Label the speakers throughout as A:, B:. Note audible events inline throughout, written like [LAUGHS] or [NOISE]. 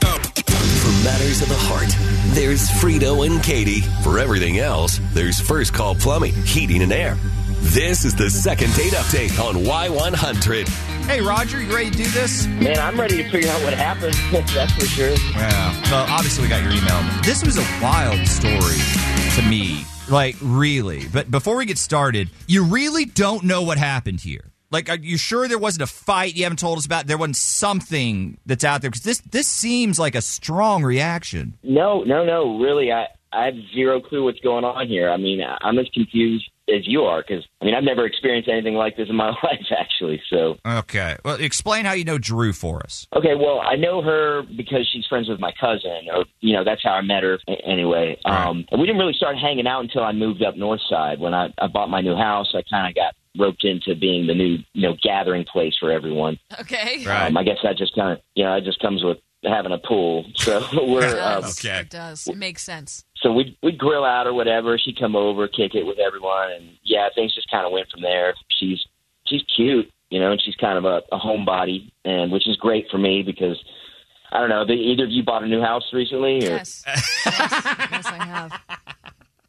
A: For matters of the heart, there's Frito and Katie. For everything else, there's First Call Plumbing, Heating and Air. This is the second date update on Y100.
B: Hey, Roger, you ready to do this?
C: Man, I'm ready to figure out what happened. [LAUGHS] That's for sure.
B: Yeah. Well, obviously, we got your email. This was a wild story to me. Like, really. But before we get started, you really don't know what happened here. Like, are you sure there wasn't a fight you haven't told us about? There wasn't something that's out there? Because this, this seems like a strong reaction.
C: No, no, no. Really, I I have zero clue what's going on here. I mean, I- I'm as confused as you are because I mean, I've never experienced anything like this in my [LAUGHS] life, actually. So
B: Okay. Well, explain how you know Drew for us.
C: Okay, well, I know her because she's friends with my cousin, or you know, that's how I met her. a- Anyway, um, and we didn't really start hanging out until I moved up north side. When I, I bought my new house, I kind of got roped into being the new, you know, gathering place for everyone.
D: Okay.
C: Um, I guess that just kind of, you know, that just comes with having a pool. So [LAUGHS] we're
D: [LAUGHS]
C: um,
D: does. It does. It makes sense.
C: so we we grill out or whatever. She'd come over, kick it with everyone, and yeah, things just kind of went from there. She's she's cute, you know, and she's kind of a, a homebody, and which is great for me because I don't know. They, either of you bought a new house recently? Or? [LAUGHS]
D: Yes. yes. Yes, I have.
B: [LAUGHS] [LAUGHS]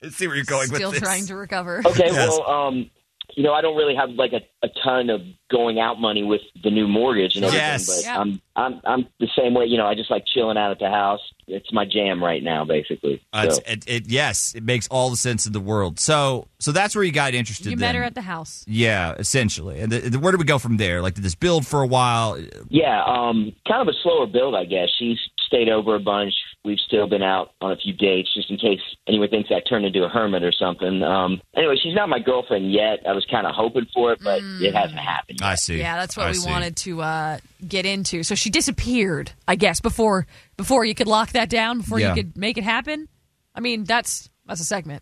B: Let's see where you're
D: Still trying to recover.
C: Okay,
B: Yes.
C: well, um, you know, I don't really have like a, a ton of going out money with the new mortgage and everything,
B: Yes.
C: but
D: Yeah.
C: I'm I'm I'm the same way. You know, I just like chilling out at the house. It's my jam right now, basically.
B: Uh,
C: so,
B: it's- it, it, yes, it makes all the sense in the world. So, so that's where you got interested.
D: You met
B: then.
D: her at the house.
B: yeah, essentially. And the, the, where do we go from there? Like, did this build for a while?
C: yeah, um, kind of a slower build, I guess. She's stayed over a bunch. We've still been out on a few dates, just in case anyone thinks I turned into a hermit or something. Um, anyway, she's not my girlfriend yet. I was kind of hoping for it, but it hasn't happened.
B: I see.
D: Yeah, that's what
B: I
D: we
B: see.
D: wanted to uh, get into. So she disappeared, I guess, before before you could lock that down, before
B: Yeah.
D: you could make it happen. I mean, that's that's
B: [LAUGHS]
D: a segment,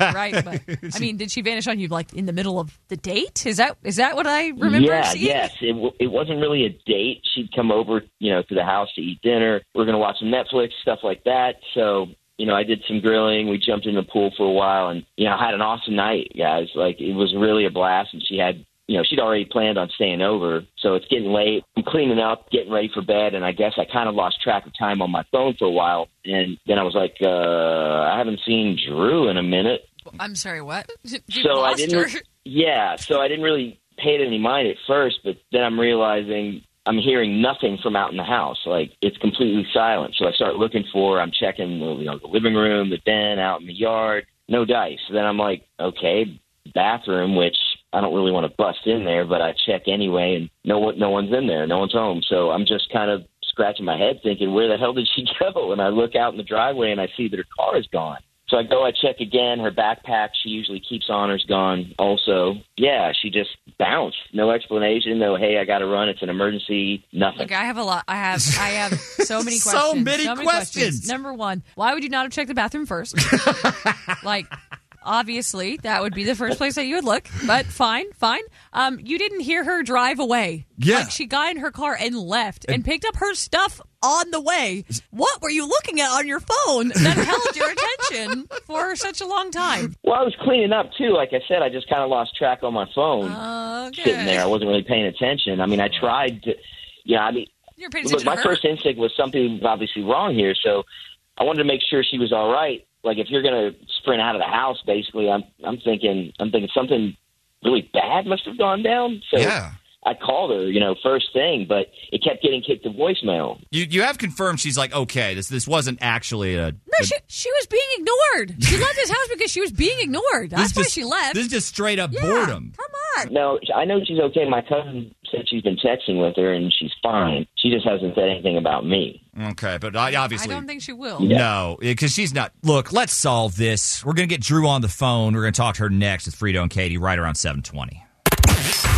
D: right? But I mean, did she vanish on you like in the middle of the date? Is that is that what I remember
C: yeah,
D: seeing?
C: yes. It, w- it wasn't really a date. She'd come over, you know, to the house to eat dinner. We are going to watch some Netflix, stuff like that. So, you know, I did some grilling. We jumped in the pool for a while and, you know, I had an awesome night, guys. Like, it was really a blast. And she had, you know, she'd already planned on staying over. So it's getting late. I'm cleaning up, getting ready for bed. And I guess I kind of lost track of time on my phone for a while. And then I was like, uh, I haven't seen Drew in a minute
D: I'm sorry, what? [LAUGHS] You
C: so I
D: lost
C: didn't.
D: her.
C: Yeah, so I didn't really pay it any mind at first, but then I'm realizing I'm hearing nothing from out in the house. Like it's completely silent. So I start looking for. her. I'm checking, you know, the living room, the den, out in the yard. No dice. Then I'm like, okay, bathroom, which I don't really want to bust in there, but I check anyway, and no one, no one's in there, no one's home. So I'm just kind of scratching my head, thinking, where the hell did she [LAUGHS] go? And I look out in the driveway, and I see that her car is gone. So I go, I check again. Her backpack she usually keeps on her's gone. Also, yeah, she just bounced. No explanation. No, hey, I got to run. It's an emergency. Nothing.
D: Look, I have a lot. I have I have
B: [LAUGHS]
D: so many
B: So
D: questions.
B: many questions.
D: Number one, why would you not have checked the
B: [LAUGHS]
D: bathroom first? like, obviously, that would be the first place that you would look. But fine, fine. Um, you didn't hear her drive away.
B: Yeah.
D: like she got in her car and left and, picked up her stuff on the way. What were you looking at on your phone that held your attention for such a long time?
C: Well, I was cleaning up too. Like I said, I just kind of lost track on my
D: Oh.
C: phone
D: Okay,
C: sitting there. I wasn't really paying attention. I mean, I tried to. You know, I mean,
D: you're paying
C: look,
D: attention
C: my
D: to her.
C: first instinct was something was obviously wrong here, so I wanted to make sure she was all right. Like if you're gonna sprint out of the house, basically, I'm I'm thinking I'm thinking something really bad must have gone down. So
B: Yeah.
C: I called her, you know, first thing, but it kept getting kicked to voicemail.
B: You you have confirmed she's like okay. This this wasn't actually a.
D: No, she, she was being ignored. She left this house because she was being ignored. That's why she left.
B: This is just straight up
D: Yeah,
B: boredom.
D: Come on.
C: No, I know she's okay. My cousin said she's been texting with her and she's fine. She just hasn't said anything about me.
B: Okay, but I obviously
D: I don't think she will.
B: No, because she's not. Look, let's solve this. We're going to get Drew on the phone. We're going to talk to her next with Frito and Katie right around 720.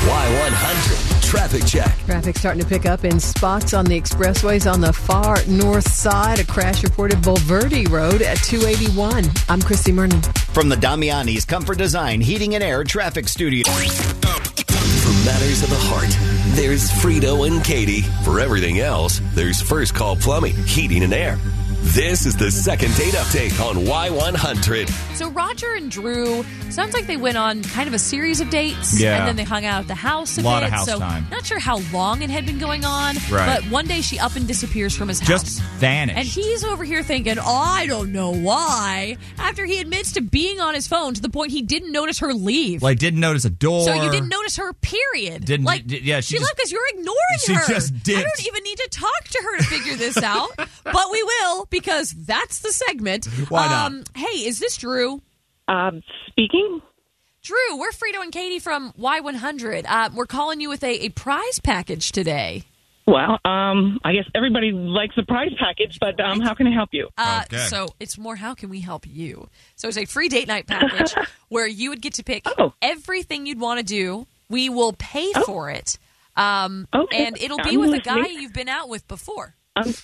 A: Y100 Traffic Check.
E: Traffic starting to pick up in spots on the expressways on the far north side. A crash reported Bulverde Road at 281. I'm Christy Merton.
F: From the Damiani's Comfort Design Heating and Air Traffic Studio.
A: For matters of the heart, there's Frito and Katie. For everything else, there's First Call Plumbing, Heating and Air. This is the second date update on Y100.
D: So Roger and Drew sounds like they went on kind of a series of dates,
B: Yeah.
D: and then they hung out at the house a
B: Lot of
D: bit.
B: house
D: so
B: time.
D: not sure how long it had been going on,
B: Right.
D: but one day she up and disappears from his
B: Just
D: house.
B: vanished.
D: And he's over here thinking, I don't know why. After he admits to being on his phone to the point he didn't notice her leave.
B: like didn't notice a door.
D: so you didn't notice her, period.
B: Didn't-
D: like,
B: d- yeah, she
D: she
B: just-
D: left because you're ignoring
B: She
D: her.
B: just
D: I
B: dipped.
D: don't even need to talk to her to figure this out, but we will because that's the segment.
B: [LAUGHS]
D: Um,
B: Why not?
D: hey, is this Drew?
G: Um, speaking.
D: Drew, we're Frito and Katie from Y100. Uh, we're calling you with a, a prize package today.
G: Well, um, I guess everybody likes the prize package, but um, how can I help you?
D: Uh,
B: Okay.
D: So it's more how can we help you? So it's a free date night package [LAUGHS] where you would get to pick
G: Oh.
D: everything you'd want to do. We will pay for it. Um,
G: Okay.
D: And it'll be
G: I'm
D: with a guy
G: listening.
D: you've been out with before.
G: I'm,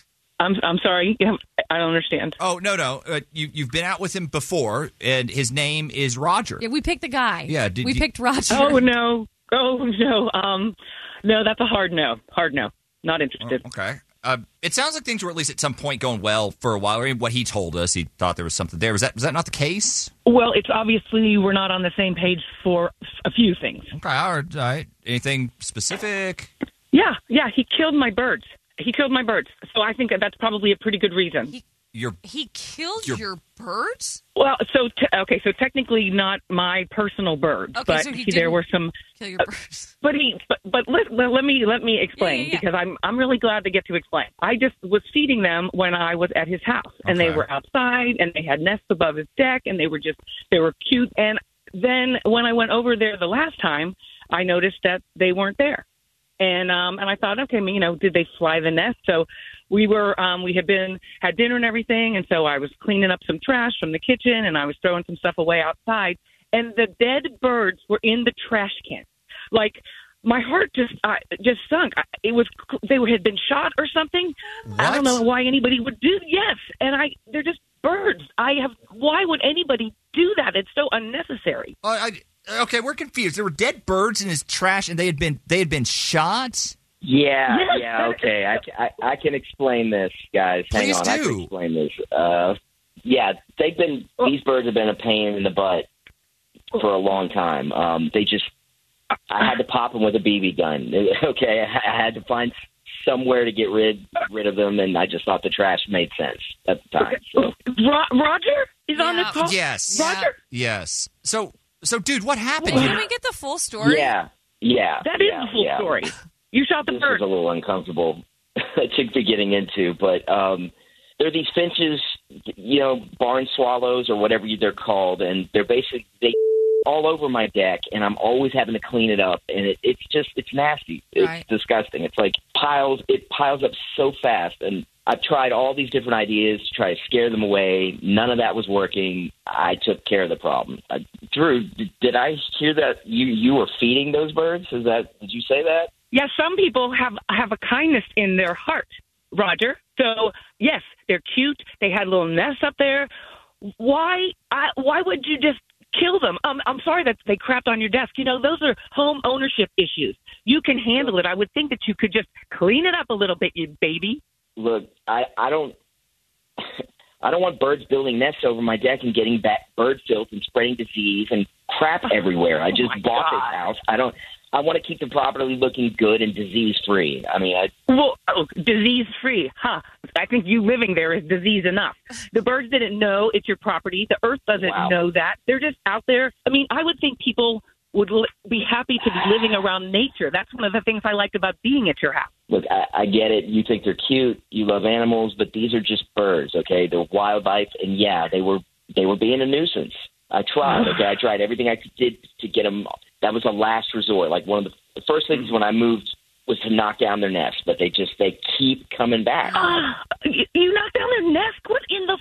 G: I'm, I'm sorry. Yeah, I don't understand.
B: Oh no no! Uh, you you've been out with him before, and his name is Roger.
D: Yeah, we picked the guy.
B: Yeah, did
D: we
B: you-
D: picked Roger.
G: Oh no! Oh no! Um, no, that's a hard no. Hard no. Not interested.
B: Okay. Uh, it sounds like things were at least at some point going well for a while. I mean, what he told us, he thought there was something there. Was that was that not the case?
D: Mm-hmm.
G: Well, it's obviously we're not on the same page for a few things.
B: Okay. All right. all right. Anything specific?
G: Yeah, yeah. He killed my birds. He killed my birds. So I think that that's probably a pretty good reason.
B: Your
D: He killed
B: Your-
D: your birds?
G: Well, so te- okay, so technically not my personal birds,
D: Okay,
G: but
D: so he
G: there
D: didn't-
G: were some.
D: Kill your birds.
G: But he, but, but let, let, let me let me explain
D: Yeah, yeah, yeah.
G: because I'm I'm really glad to get to explain. I just was feeding them when I was at his house, and they
B: Okay.
G: were outside, and they had nests above his deck, and they were just they were cute. And then when I went over there the last time, I noticed that they weren't there, and um and I thought, okay, you know, did they fly the nest? So we were um we had been had dinner and everything, and so I was cleaning up some trash from the kitchen, and I was throwing some stuff away outside, and the dead birds were in the trash can like my heart just uh, just sunk. I- It was they had been shot or something. I
B: What?
G: don't know why anybody would do. Yes, and I they're just birds. I have why would anybody do that? It's so unnecessary.
B: Uh, I, okay, we're confused. There were dead birds in his trash, and they had been they had been shot.
C: Yeah,
G: Yes,
C: yeah,
G: that is-
C: okay. I, I, I can explain this, guys. Hang
B: Please
C: on, I
B: do.
C: can explain this. Uh, yeah, they've been
G: Oh.
C: these birds have been a pain in the butt for a long time. Um, they just, I had to pop them with a BB gun. [LAUGHS] okay, I I had to find somewhere to get rid rid of them, and I just thought the trash made sense at the time. So.
G: Ro- Roger is on this
D: Yeah.
G: call.
B: Yes.
G: Roger.
B: Yes. So so, dude, what happened?
D: Can
B: here?
D: we get the full story?
C: Yeah, yeah,
G: That is
C: yeah,
G: the full
C: yeah.
G: story. You shot the
C: this is
G: bird.
C: a little uncomfortable [LAUGHS] to be getting into, but um, they're these finches, you know, barn swallows or whatever they're called, and they're basically they all over my deck, and I'm always having to clean it up, and it, it's just it's nasty, it's
D: Right.
C: disgusting. It's like piles, it piles up so fast, and I've tried all these different ideas to try to scare them away. None of that was working. I took care of the problem. Uh, Drew, d- did I hear that you you were feeding those birds? Is that did you say that?
G: Yes, some people have have a kindness in their heart, Roger. So yes, they're cute. They had little nests up there. Why? I, why would you just kill them? Um, I'm sorry that they crapped on your desk. You know, those are home ownership issues. You can handle it. I would think that you could just clean it up a little bit, you baby.
C: look, I, I don't [LAUGHS] I don't want birds building nests over my deck and getting bat, bird filth and spreading disease and
G: [LAUGHS]
C: crap everywhere. I just
G: Oh my
C: bought
G: God.
C: this house. I don't I want to keep the property looking good and disease free. I mean, I,
G: Well, oh, disease free, huh? I think you living there is disease enough. The birds didn't know it's your property. The earth doesn't
C: Wow.
G: know that. They're just out there. I mean, I would think people would li- be happy to be living around nature. That's one of the things I liked about being at your house.
C: look, I, I get it. You think they're cute. You love animals, but these are just birds. Okay, they're wildlife, and yeah, they were they were being a nuisance. I tried. Okay, I tried everything I could did to get them. That was a last resort. Like one of the, the first things when I moved was to knock down their nests, but they just they keep coming back.
G: Ah, you, you knocked down their nest. What in the f-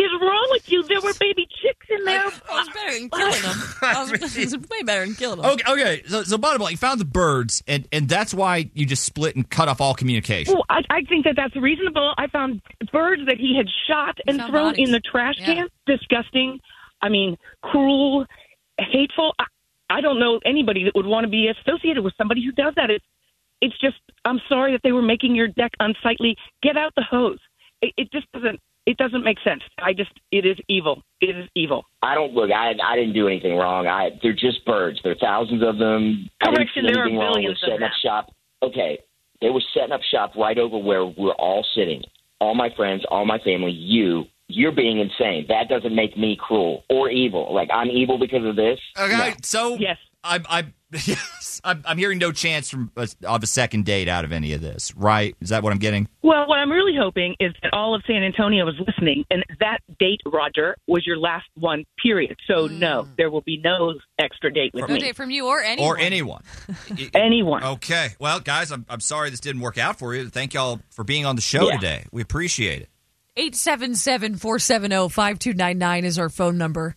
G: is wrong with you? There were baby chicks in there.
D: That was better than killing them. That was, it was [LAUGHS] way better than killing them.
B: Okay, okay. So, so bottom line, you found the birds, and and that's why you just split and cut off all communication.
G: Well, I, I think that that's reasonable. I found birds that he had shot and
D: found
G: thrown
D: bodies.
G: in the trash
D: Yeah.
G: can. Disgusting. I mean, cruel, hateful. I, I don't know anybody that would want to be associated with somebody who does that. It's, it's just, I'm sorry that they were making your deck unsightly. Get out the hose. It, it just doesn't. It doesn't make sense. I just, it is evil. It is evil.
C: I don't look. I I didn't do anything wrong. I they're just birds. There are thousands of them.
G: Correction,
C: I didn't see
G: there are
C: anything wrong with
G: billions of
C: setting up
G: them.
C: shop. Okay, they were setting up shop right over where we're all sitting. All my friends, all my family. You, you're being insane. That doesn't make me cruel or evil. Like I'm evil because of this.
B: Okay,
C: No.
B: so
G: Yes.
B: I'm, I'm, [LAUGHS] yes, I'm, I'm hearing no chance from a, of a second date out of any of this, right? Is that what I'm getting?
G: Well, what I'm really hoping is that all of San Antonio is listening, and that date, Roger, was your last one, period. So, no, there will be no extra date with
D: No
G: me.
D: date from you or anyone.
B: Or anyone? I-
D: [LAUGHS]
B: I-
G: Anyone.
B: okay, well, guys, I'm, I'm sorry this didn't work out for you. Thank y'all for being on the show
C: Yeah.
B: today. We appreciate it.
D: 877-470-5299 is our phone number.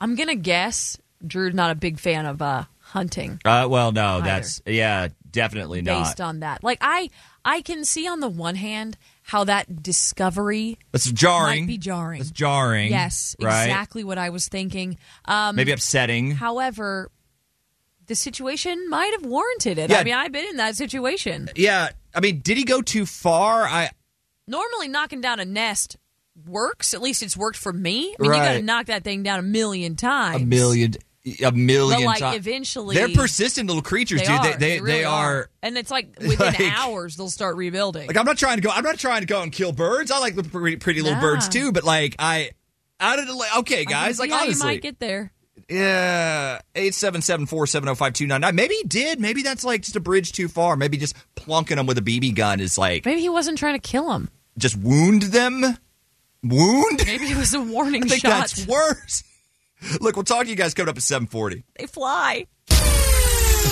D: I'm going to guess Drew's not a big fan of uh, hunting
B: Uh, well, no,
D: that's-
B: yeah, definitely
D: based on that. Like I I can see on the one hand how that discovery
B: That's jarring.
D: might be jarring.
B: That's jarring.
D: Yes,
B: right?
D: exactly what I was thinking. Um,
B: Maybe upsetting.
D: however, the situation might have warranted it.
B: Yeah.
D: I mean, I've been in that situation.
B: yeah, I mean, did he go too far? I
D: Normally, knocking down a nest works. At least it's worked for me. I mean, you got to
B: Right.
D: knock that thing down a million times.
B: a million, a million.
D: But, like,
B: times.
D: eventually-
B: they're persistent little creatures,
D: They
B: dude.
D: are.
B: They they,
D: really
B: they
D: are.
B: are
D: and it's like within
B: [LAUGHS] Like-
D: hours they'll start rebuilding.
B: Like I'm not trying to go. I'm not trying to go and kill birds. I like the pretty, pretty little
D: Nah.
B: birds too. But like I, I don't like. Okay,
D: I can
B: guys.
D: see
B: Like
D: how
B: honestly,
D: you "Oh, might get there.
B: yeah. Eight seven seven four seven zero five two nine nine. Maybe he did. Maybe that's like just a bridge too far. Maybe just plunking them with a BB gun is like
D: Maybe he wasn't trying to kill him.
B: just wound them. Wound. [LAUGHS] I
D: Maybe it was a warning
B: think
D: shot.
B: that's worse. Look, we'll talk to you guys coming up at seven forty.
D: they fly.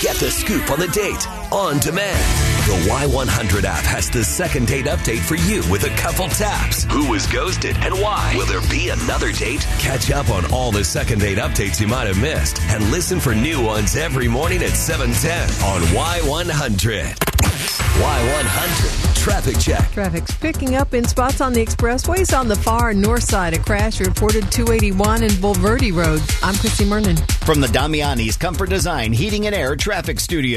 A: Get the scoop on the date on demand. The Y100 app has the second date update for you with a couple taps. Who was ghosted and why? Will there be another date? Catch up on all the second date updates you might have missed and listen for new ones every morning at 710 on Y100. Y100 Traffic Check.
E: Traffic's picking up in spots on the expressways on the far north side. A crash reported 281 and Bulverde Road. I'm Christy Mernon.
F: From the Damiani's Comfort Design Heating and Air Traffic Studio.